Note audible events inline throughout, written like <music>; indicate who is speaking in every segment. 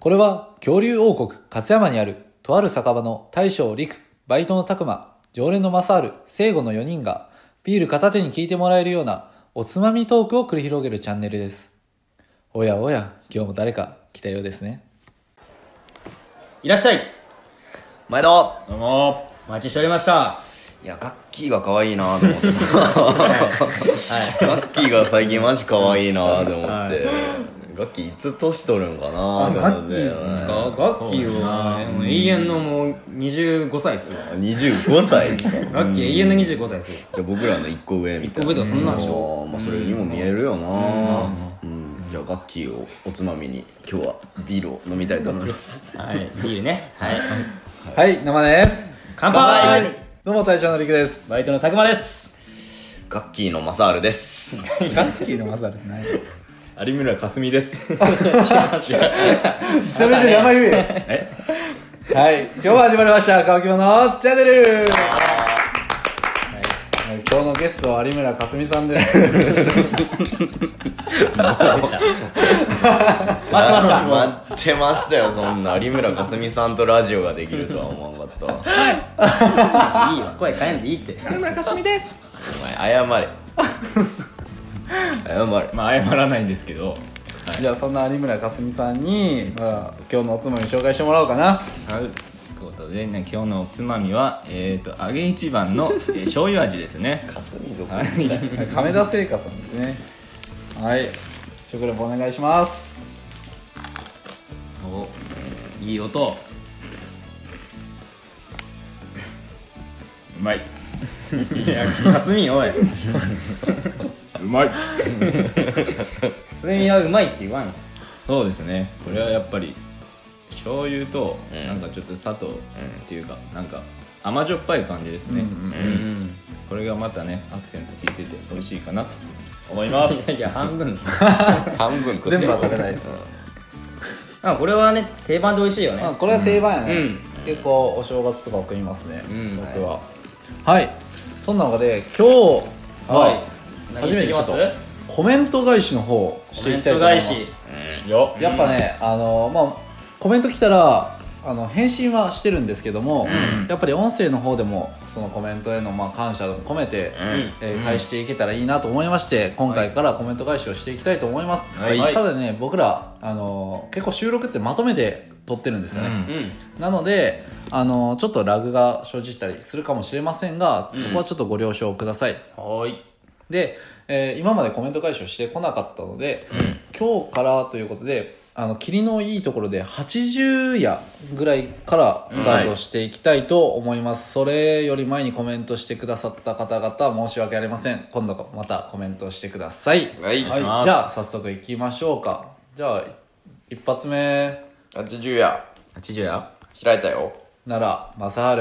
Speaker 1: これは恐竜王国勝山にあるとある酒場の大将陸、バイトの拓馬、常連の正ル聖護の4人がビール片手に聞いてもらえるようなおつまみトークを繰り広げるチャンネルです。おやおや、今日も誰か来たようですね。
Speaker 2: いらっしゃい
Speaker 3: 前田
Speaker 2: どうもお待ちしておりました
Speaker 3: いや、ガッキーが可愛いなと思ってた。ガッキーが最近マジ可愛いなと思って。ガッキーいつ年取るんかなと思って。
Speaker 2: ですかガッキーはもう永遠のもう25歳ですよ
Speaker 3: 25歳ですか。じ
Speaker 2: <laughs> ガッキー永遠の25歳ですよ
Speaker 3: ゃあ僕らの1個上みたいな。
Speaker 2: 一個上とかそんなんでしょ
Speaker 3: あーまあそれにも見えるよなうん。じゃあガッキーをおつまみに今日はビールを飲みたいと思い
Speaker 2: <laughs>
Speaker 3: ます。
Speaker 2: はいビールねはい
Speaker 1: はい、生ね。
Speaker 2: 乾杯
Speaker 1: どうも大将の陸です。
Speaker 2: バイトのたくまです
Speaker 3: ガッキーのマサールです。
Speaker 1: ガッキーのマサルってない。
Speaker 4: 有村架純です。
Speaker 1: それで名前言え。はい、今日も始まりました、乾き物チャンネル。はい今日のゲストは有村架純さんです。
Speaker 2: 待ってま
Speaker 4: <laughs>
Speaker 2: した
Speaker 3: 待ってましたよ、そんな。有村架純さんとラジオができるとは思わなかったわ。
Speaker 2: いいわ声変えんでいいって
Speaker 3: お前謝れ謝れ
Speaker 4: まあ謝らないんですけど、
Speaker 1: じゃあそんな有村架純さんに、まあ、今日のおつまみ紹介してもらおうか
Speaker 2: <laughs>
Speaker 1: な
Speaker 4: はい。ということでね今日のおつまみはえっ、と揚げ一番の、えー醤油味ですね。
Speaker 3: かすみどこ
Speaker 4: はい。
Speaker 1: 亀田製菓さんですねはい食レポお願いします
Speaker 4: おいい音。うまい。
Speaker 2: 休みおいう
Speaker 4: まい。
Speaker 2: 休みはうまいって言わんよ
Speaker 4: そうですね。これはやっぱり醤油と
Speaker 3: うん
Speaker 4: なんかちょっと砂糖っていうか、なんか甘じょっぱい感じですね。
Speaker 1: うんうん
Speaker 2: うん
Speaker 4: これがまたねアクセント効いてて美味しいかなと思いま
Speaker 2: <laughs>
Speaker 4: す。
Speaker 2: いや半
Speaker 4: <laughs>
Speaker 2: 分
Speaker 3: 半分食って
Speaker 1: 全部は食べない
Speaker 2: あこれはね定番で美味しいよね
Speaker 1: まあこれは定番やね、
Speaker 2: うん
Speaker 1: 結構お正月とか送りますね、
Speaker 2: ん
Speaker 1: 僕ははい、そんな中で今日は
Speaker 2: はい
Speaker 1: 初
Speaker 2: 何
Speaker 1: め
Speaker 2: して
Speaker 1: てち
Speaker 2: いき
Speaker 1: ょっ
Speaker 2: ま
Speaker 1: と
Speaker 2: す
Speaker 1: コメント返しの方をし
Speaker 2: コ
Speaker 1: てい
Speaker 2: メ
Speaker 1: き
Speaker 2: ン
Speaker 1: たいと思い
Speaker 2: ト
Speaker 1: ま
Speaker 2: 返
Speaker 1: す
Speaker 2: し
Speaker 4: よ。
Speaker 1: やっぱね、あのまあコメント来たらあの返信はしてるんですけども、やっぱり音声の方でもそのコメントへのまあ感謝を込めて、
Speaker 3: うん
Speaker 1: えー返していけたらいいなと思いまして今回からコメント返しをしていきたいと思います、
Speaker 4: はい
Speaker 1: ただね僕らあの結構収録ってまとめて撮ってるんですよね、
Speaker 4: うん
Speaker 2: うん
Speaker 1: なのであのちょっとラグが生じたりするかもしれませんがそこはちょっとご了承ください、
Speaker 2: はい
Speaker 1: で、えー今までコメント返しをしてこなかったので、今日からということであの霧のいいところで80夜ぐらいからスタートしていきたいと思います、それより前にコメントしてくださった方々申し訳ありません今度またコメントしてください、
Speaker 3: はい、
Speaker 1: はい、
Speaker 4: ます
Speaker 1: じゃあ早速いきましょうかじゃあ一発目
Speaker 3: 80や
Speaker 4: 八十や。
Speaker 3: 開いたよ
Speaker 1: なら正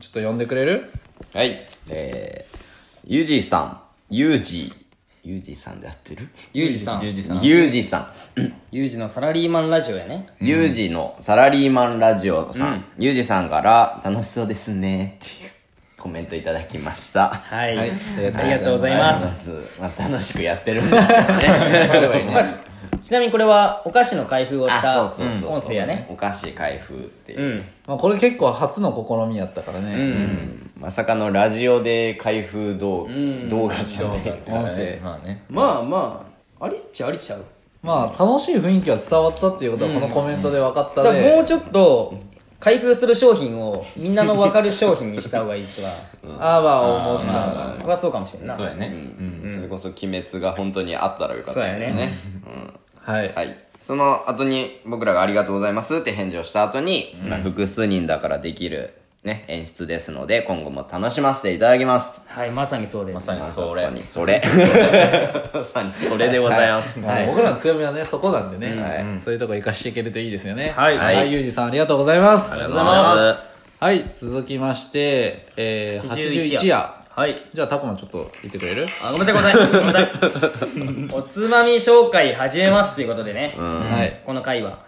Speaker 1: 治ちょっと呼んでくれる
Speaker 3: はいえー、ゆうじさんゆうじゆうじさんで合ってる
Speaker 2: ユージさん
Speaker 4: ゆうじさん。
Speaker 3: ゆうじさ
Speaker 2: ユージのサラリーマンラジオやね
Speaker 3: んゆうじのサラリーマンラジオさん、ゆうじさんから楽しそうですねっていうコメントいただきました
Speaker 2: はい、
Speaker 1: はい
Speaker 2: ありがとうございます
Speaker 3: すまあ、楽しくやってるんですよね
Speaker 2: ちなみにこれはお菓子の開封をし
Speaker 3: あ
Speaker 2: た
Speaker 3: <laughs> そうそうそう
Speaker 2: 音声やね
Speaker 3: お菓子開封っていうう、
Speaker 2: ん
Speaker 1: まあ、これ結構初の試みやったからね、
Speaker 3: うんまさかのラジオで開封動,、動画じゃない
Speaker 1: 音声
Speaker 4: まあね。
Speaker 2: まあまあありっちゃありっちゃう
Speaker 1: まあ楽しい雰囲気は伝わったっていうことはこのコメントで分かった
Speaker 2: た
Speaker 1: で、
Speaker 2: だもうちょっと開封する商品をみんなの分かる商品にした方がいいとは
Speaker 1: ああまあ思った、
Speaker 2: はそうかもしれんな
Speaker 4: そうやね。
Speaker 3: うんそれこそ「鬼滅」が本当にあったらよかったよ
Speaker 2: そうや
Speaker 3: ねうん
Speaker 1: はい、
Speaker 3: はいその後に僕らが「ありがとうございます」って返事をした後に、まあ、複数人だからできる、ね、演出ですので今後も楽しませていただきます
Speaker 2: はいまさにそうです
Speaker 4: まさにそ
Speaker 3: ま
Speaker 4: れ
Speaker 3: さ。にそれ <laughs> まさにそれでございます、
Speaker 1: まあ僕らの強みはねそこなんでね、
Speaker 3: はい
Speaker 1: そういうとこ生かしていけるといいですよね
Speaker 4: はい
Speaker 1: はい、ゆうじさんありがとうございますありが
Speaker 3: とうございます
Speaker 1: はい続きまして、えー、
Speaker 2: 81
Speaker 1: 81夜
Speaker 2: はい
Speaker 1: じゃあたくまちょっと言ってくれる
Speaker 2: あごめんなさいごめんなさいごめんなさいおつまみ紹介始めますということでね、
Speaker 1: はい
Speaker 2: この回は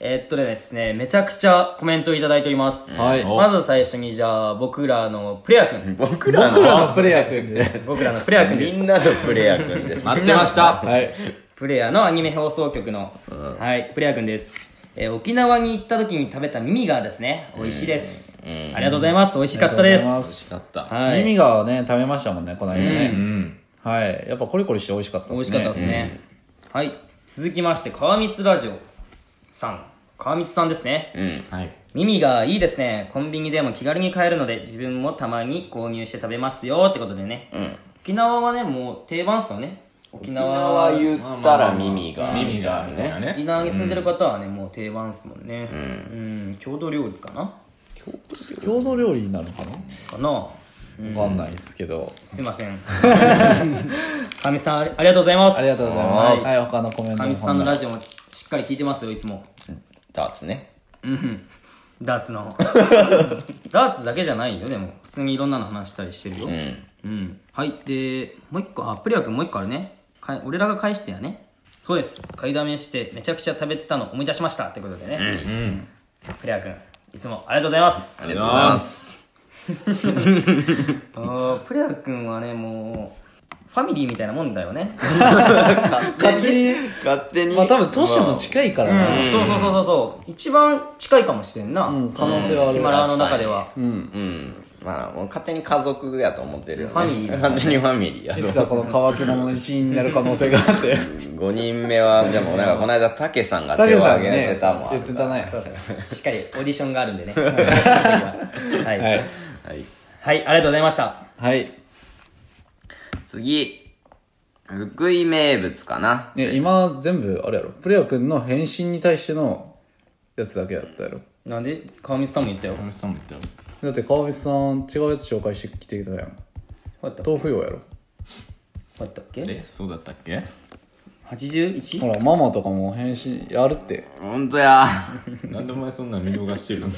Speaker 2: えーっとですねめちゃくちゃコメントいただいております、
Speaker 1: はい
Speaker 2: まず最初にじゃあ僕らのプレア君
Speaker 3: 僕ら
Speaker 1: 僕
Speaker 3: の
Speaker 1: らのプレイヤー君で
Speaker 2: 僕らのプレア君で
Speaker 3: み
Speaker 2: す
Speaker 3: んなのプレイヤー君です
Speaker 4: 待ってました。
Speaker 1: はい
Speaker 2: プレアのアニメ放送局の、はいプレア君ですえー沖縄に行った時に食べたミミガーですね美味しいです、
Speaker 3: うん
Speaker 2: ありがとうございます美味しかったで
Speaker 1: ありがとうございます
Speaker 4: 美味しかった、
Speaker 2: はい
Speaker 1: 耳がね食べましたもんねこの間
Speaker 4: う
Speaker 1: ね、
Speaker 4: ん
Speaker 1: はいやっぱコリコリして美味しかったですね
Speaker 2: 美味しかったですね、はい続きまして川光ラジオさん川光さんですね
Speaker 3: うん
Speaker 4: はい
Speaker 2: 耳がいいですねコンビニでも気軽に買えるので自分もたまに購入して食べますよってことでね、
Speaker 3: ん
Speaker 2: 沖縄はねもう定番っすよね沖
Speaker 3: 沖
Speaker 2: 縄
Speaker 3: 縄言ったら耳が
Speaker 4: 耳がみたいな
Speaker 3: ね
Speaker 4: ね
Speaker 2: 沖縄に住んでる方はね、もう定番っすもんねうん、郷土料理かな
Speaker 1: 郷土料理になるのかな
Speaker 2: かな
Speaker 1: わかんないですけど、
Speaker 2: すいません <laughs> かみさんありありがとうございます
Speaker 1: ありがとうございます。
Speaker 3: は
Speaker 1: はいい、他のコメント
Speaker 2: か
Speaker 1: も
Speaker 2: みさんのラジオもしっかり聞いてますよいつも
Speaker 3: ダーツね
Speaker 2: うんダー
Speaker 1: <laughs>
Speaker 2: ツのダーツだけじゃないよでも普通にいろんなの話したりしてるよ
Speaker 3: う
Speaker 2: うん、
Speaker 3: ん
Speaker 2: はいでもう一個あプリア君もう一個あるねかい俺らが返してやねそうです買いだめしてめちゃくちゃ食べてたの思い出しましたってことでね、
Speaker 4: うん
Speaker 2: プリア君いつもありがとうございます
Speaker 3: ありがとうございます
Speaker 2: あープレア君はねもうファミリーみたいなもんだよね、
Speaker 3: 勝手に勝手に
Speaker 1: まあ多分都市も近いから
Speaker 2: う
Speaker 1: ね。
Speaker 2: ん、そうそうそうそうそう一番近いかもしれんな、
Speaker 1: うん、可能性はあ
Speaker 2: ヒ
Speaker 1: る。
Speaker 2: マラヤの中では
Speaker 1: うん。
Speaker 3: うんまあもう勝手に家族やと思ってるよね
Speaker 2: ファミリー
Speaker 3: 勝手にファミリーや
Speaker 1: い
Speaker 3: と
Speaker 1: つかこの乾き物の一員になる可能性があって。
Speaker 3: 5人目はでもなんかこの間たけさんが
Speaker 1: さ
Speaker 3: 手
Speaker 1: け
Speaker 3: を
Speaker 1: さん
Speaker 3: 挙
Speaker 1: ね
Speaker 3: げてたもん、
Speaker 1: 言ってたね。
Speaker 2: しっかりオーディションがあるんでねはい、は
Speaker 1: はいい。
Speaker 3: は
Speaker 2: あ
Speaker 3: い、
Speaker 2: りがとうございました
Speaker 1: はい。
Speaker 3: 次福井名物かな
Speaker 1: ね、今全部、あれやろ。プレア君の返信に対してのやつだけだったやろ。
Speaker 2: なんで川光さんも言ったよ
Speaker 4: 小西さんも言ったよ
Speaker 1: だって川光さん違うやつ紹介してきてたやん。
Speaker 2: こうやったこ
Speaker 1: 豆腐用やろ。
Speaker 2: うやったっけ
Speaker 4: えそうだったっけ
Speaker 2: 81?
Speaker 1: ほら、ママとかも返信あるって。
Speaker 3: ほんとや
Speaker 4: なんでお前そんな見逃 <laughs> してるの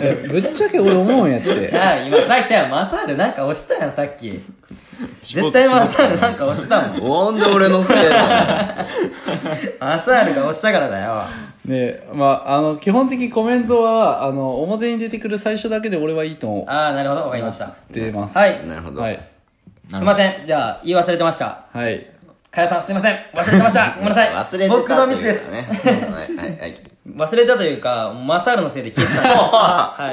Speaker 1: え、ぶっちゃけ俺思うんやっ
Speaker 2: じ
Speaker 1: て。
Speaker 2: ゃあ今さっきゃあマサールなんか押したやんさっき絶対マサールなんか押した
Speaker 3: <laughs>
Speaker 2: もん
Speaker 3: なんで俺のせいだ
Speaker 2: マサールが押したからだよ
Speaker 1: ねまあ、あの、基本的にコメントは、あの、表に出てくる最初だけで俺はいいと思
Speaker 2: ああなるほどわかりました
Speaker 1: ってます。
Speaker 2: はい
Speaker 3: なるほど、
Speaker 1: はい。
Speaker 2: すいませんじゃあ言い忘れてました
Speaker 1: はい。
Speaker 2: かやさんすいません忘れてま
Speaker 3: <laughs>
Speaker 2: したごめんなさい
Speaker 3: 忘れてた
Speaker 2: 僕のミスです、 <laughs>
Speaker 3: ねはいはいはい
Speaker 2: 忘れたというかマサールのせいで消えて
Speaker 3: <laughs>
Speaker 2: たは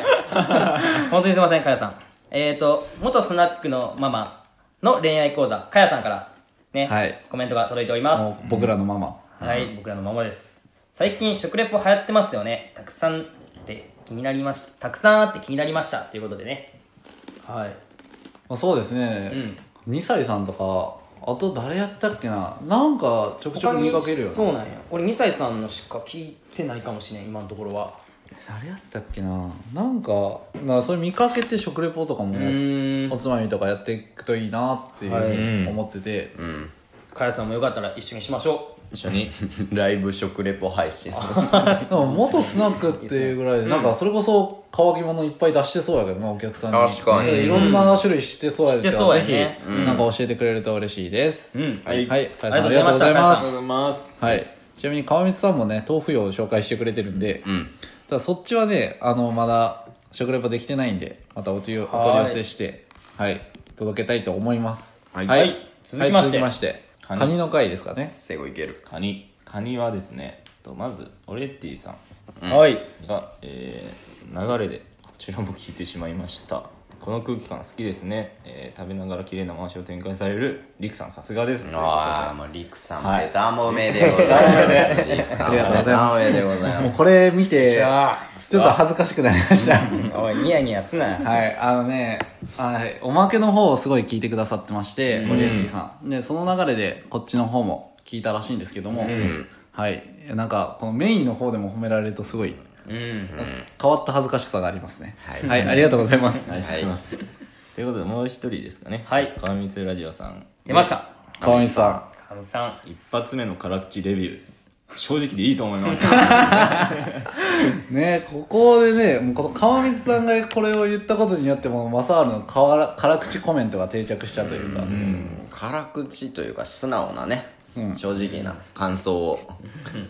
Speaker 2: い本当にすいませんかやさんえっ、ー、と元スナックのママの恋愛講座かやさんからね、
Speaker 1: はい
Speaker 2: コメントが届いており
Speaker 1: も
Speaker 2: ます
Speaker 1: う僕らのママ。
Speaker 2: はい僕らのママです最近食レポ流行ってますよねたくさんって気になりましたたくさんあって気になりましたということでねはい
Speaker 1: まあ、そうですね。2歳さんとか、あと誰やったっけななんかちょくちょく見かけるよね
Speaker 2: そうなんや俺2歳さんのしか聞いてないかもしれん今のところは
Speaker 1: 誰やったっけななんか、まあそれ見かけて食レポとかも
Speaker 2: う、ーん
Speaker 1: おつまみとかやっていくといいなっていう思ってて。
Speaker 3: うん
Speaker 2: かやさんもよかったら一緒にしましょう
Speaker 4: 一緒
Speaker 3: <laughs>
Speaker 4: に
Speaker 3: ライブ食レポ配信
Speaker 1: でも元スナックっていうぐらいで、なんかそれこそ乾き物いっぱい出してそうやけどな、お客さんに。
Speaker 3: 確かに
Speaker 1: でいろんな種類知ってそうや
Speaker 2: 知ってそうやね
Speaker 1: ぜひ、なんか教えてくれると嬉しいです。
Speaker 2: うん
Speaker 1: はい。はい。かや
Speaker 2: あ
Speaker 1: さんあ
Speaker 2: り
Speaker 1: りがとう
Speaker 2: がとうご
Speaker 1: ご
Speaker 2: ざ
Speaker 1: ざ
Speaker 2: い
Speaker 1: い
Speaker 2: ま
Speaker 1: ま
Speaker 2: し
Speaker 1: す
Speaker 2: た。
Speaker 4: うございます
Speaker 1: はい。ちなみに川光さんもね、豆腐用を紹介してくれてるんで、
Speaker 3: うん
Speaker 1: ただそっちはね、あの、まだ食レポできてないんで、またお取りお
Speaker 2: はい
Speaker 1: 取り寄せして、はい、届けたいと思います。
Speaker 3: はい
Speaker 2: はい続きまして
Speaker 1: はい続きまして
Speaker 4: カ
Speaker 1: カ
Speaker 4: ニ
Speaker 1: ニの回ですかね。
Speaker 3: 最後いける
Speaker 4: カニカニはですねとまずオレッティさん
Speaker 2: はい
Speaker 4: が、えー流れでこちらも聞いてしまいましたこの空気感好きですね、えー食べながら綺麗な回しを展開されるリクさんさすがです
Speaker 3: ああもうりくさん
Speaker 4: はい
Speaker 3: ベタもめでございますりくさん
Speaker 1: ありがとう
Speaker 3: ベ
Speaker 1: ござい
Speaker 3: タも
Speaker 1: ます
Speaker 3: めでございま
Speaker 1: もう
Speaker 3: す
Speaker 1: これ見て、ち
Speaker 2: じ
Speaker 1: ょ
Speaker 2: ゃあ
Speaker 1: っと恥ずかしくなりました。
Speaker 2: おいニヤニヤすな
Speaker 1: はい、あのね、はい、おまけの方をすごい聞いてくださってまして、オリエンティさん。で、その流れで、こっちの方も聞いたらしいんですけども、はい、なんか、このメインの方でも褒められるとすごい、
Speaker 2: うん
Speaker 1: 変わった恥ずかしさがありますね。
Speaker 3: はい
Speaker 1: はい、ありがとうございます。
Speaker 4: ありがとうございます、ということでもう一人ですかね
Speaker 2: はい
Speaker 4: 川光ラジオさん
Speaker 2: 出ました
Speaker 1: 川西さ
Speaker 2: カムさん
Speaker 4: 一発目の辛口レビュー正直でいいと思います <laughs>
Speaker 1: ん。ねここでね、もうこの川光さんがこれを言ったことによっても、マサールのから辛口コメントが定着したというか、
Speaker 3: 辛口というか素直なね、
Speaker 1: うん
Speaker 3: 正直な感想を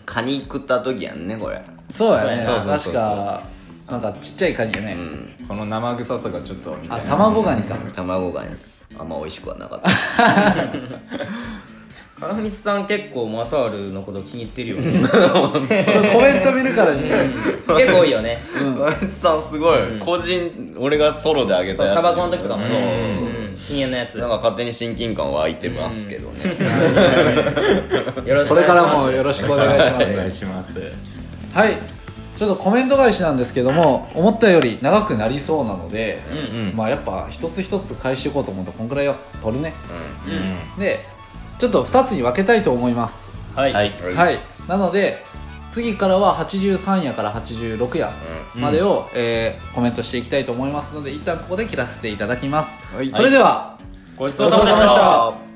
Speaker 3: カニ食った時やんねこれ
Speaker 1: そうやね、
Speaker 4: そうそうそうそ
Speaker 1: 確
Speaker 4: う
Speaker 1: か、なんかちっちゃいカニやね。
Speaker 3: うん
Speaker 4: この生臭さがちょっとみた
Speaker 1: あ、
Speaker 4: いな
Speaker 1: 卵ガニか。
Speaker 3: 卵がねあんま美味しくはなかった
Speaker 2: 花文さん結構マサールのこと気に入ってるよね
Speaker 1: <laughs> コメント見るから
Speaker 4: <laughs>
Speaker 1: にね
Speaker 2: 結構多いよね
Speaker 3: あいつさんすごい、個人俺がソロであげた
Speaker 2: そう
Speaker 3: やつ
Speaker 2: タバコの時とかも
Speaker 3: そ
Speaker 2: そうう、うん、禁煙のやつ
Speaker 3: なんか勝手に親近感湧いてますけどね、
Speaker 1: これ
Speaker 2: よろしくお願いします
Speaker 1: からもよろしくお願いします
Speaker 4: お願いします
Speaker 1: はいちょっとコメント返しなんですけども思ったより長くなりそうなので、
Speaker 4: うん
Speaker 1: まあやっぱ一つ一つ返していこうと思うとこんくらいは取るね
Speaker 4: う
Speaker 1: でちょっと2つに分けたいと思います
Speaker 2: はい、
Speaker 4: はい
Speaker 3: うん
Speaker 1: はいなので次からは83夜から86夜までを、えーコメントしていきたいと思いますので一旦ここで切らせていただきます、
Speaker 3: はい
Speaker 1: それでは、
Speaker 2: ごちそうさまでした
Speaker 3: た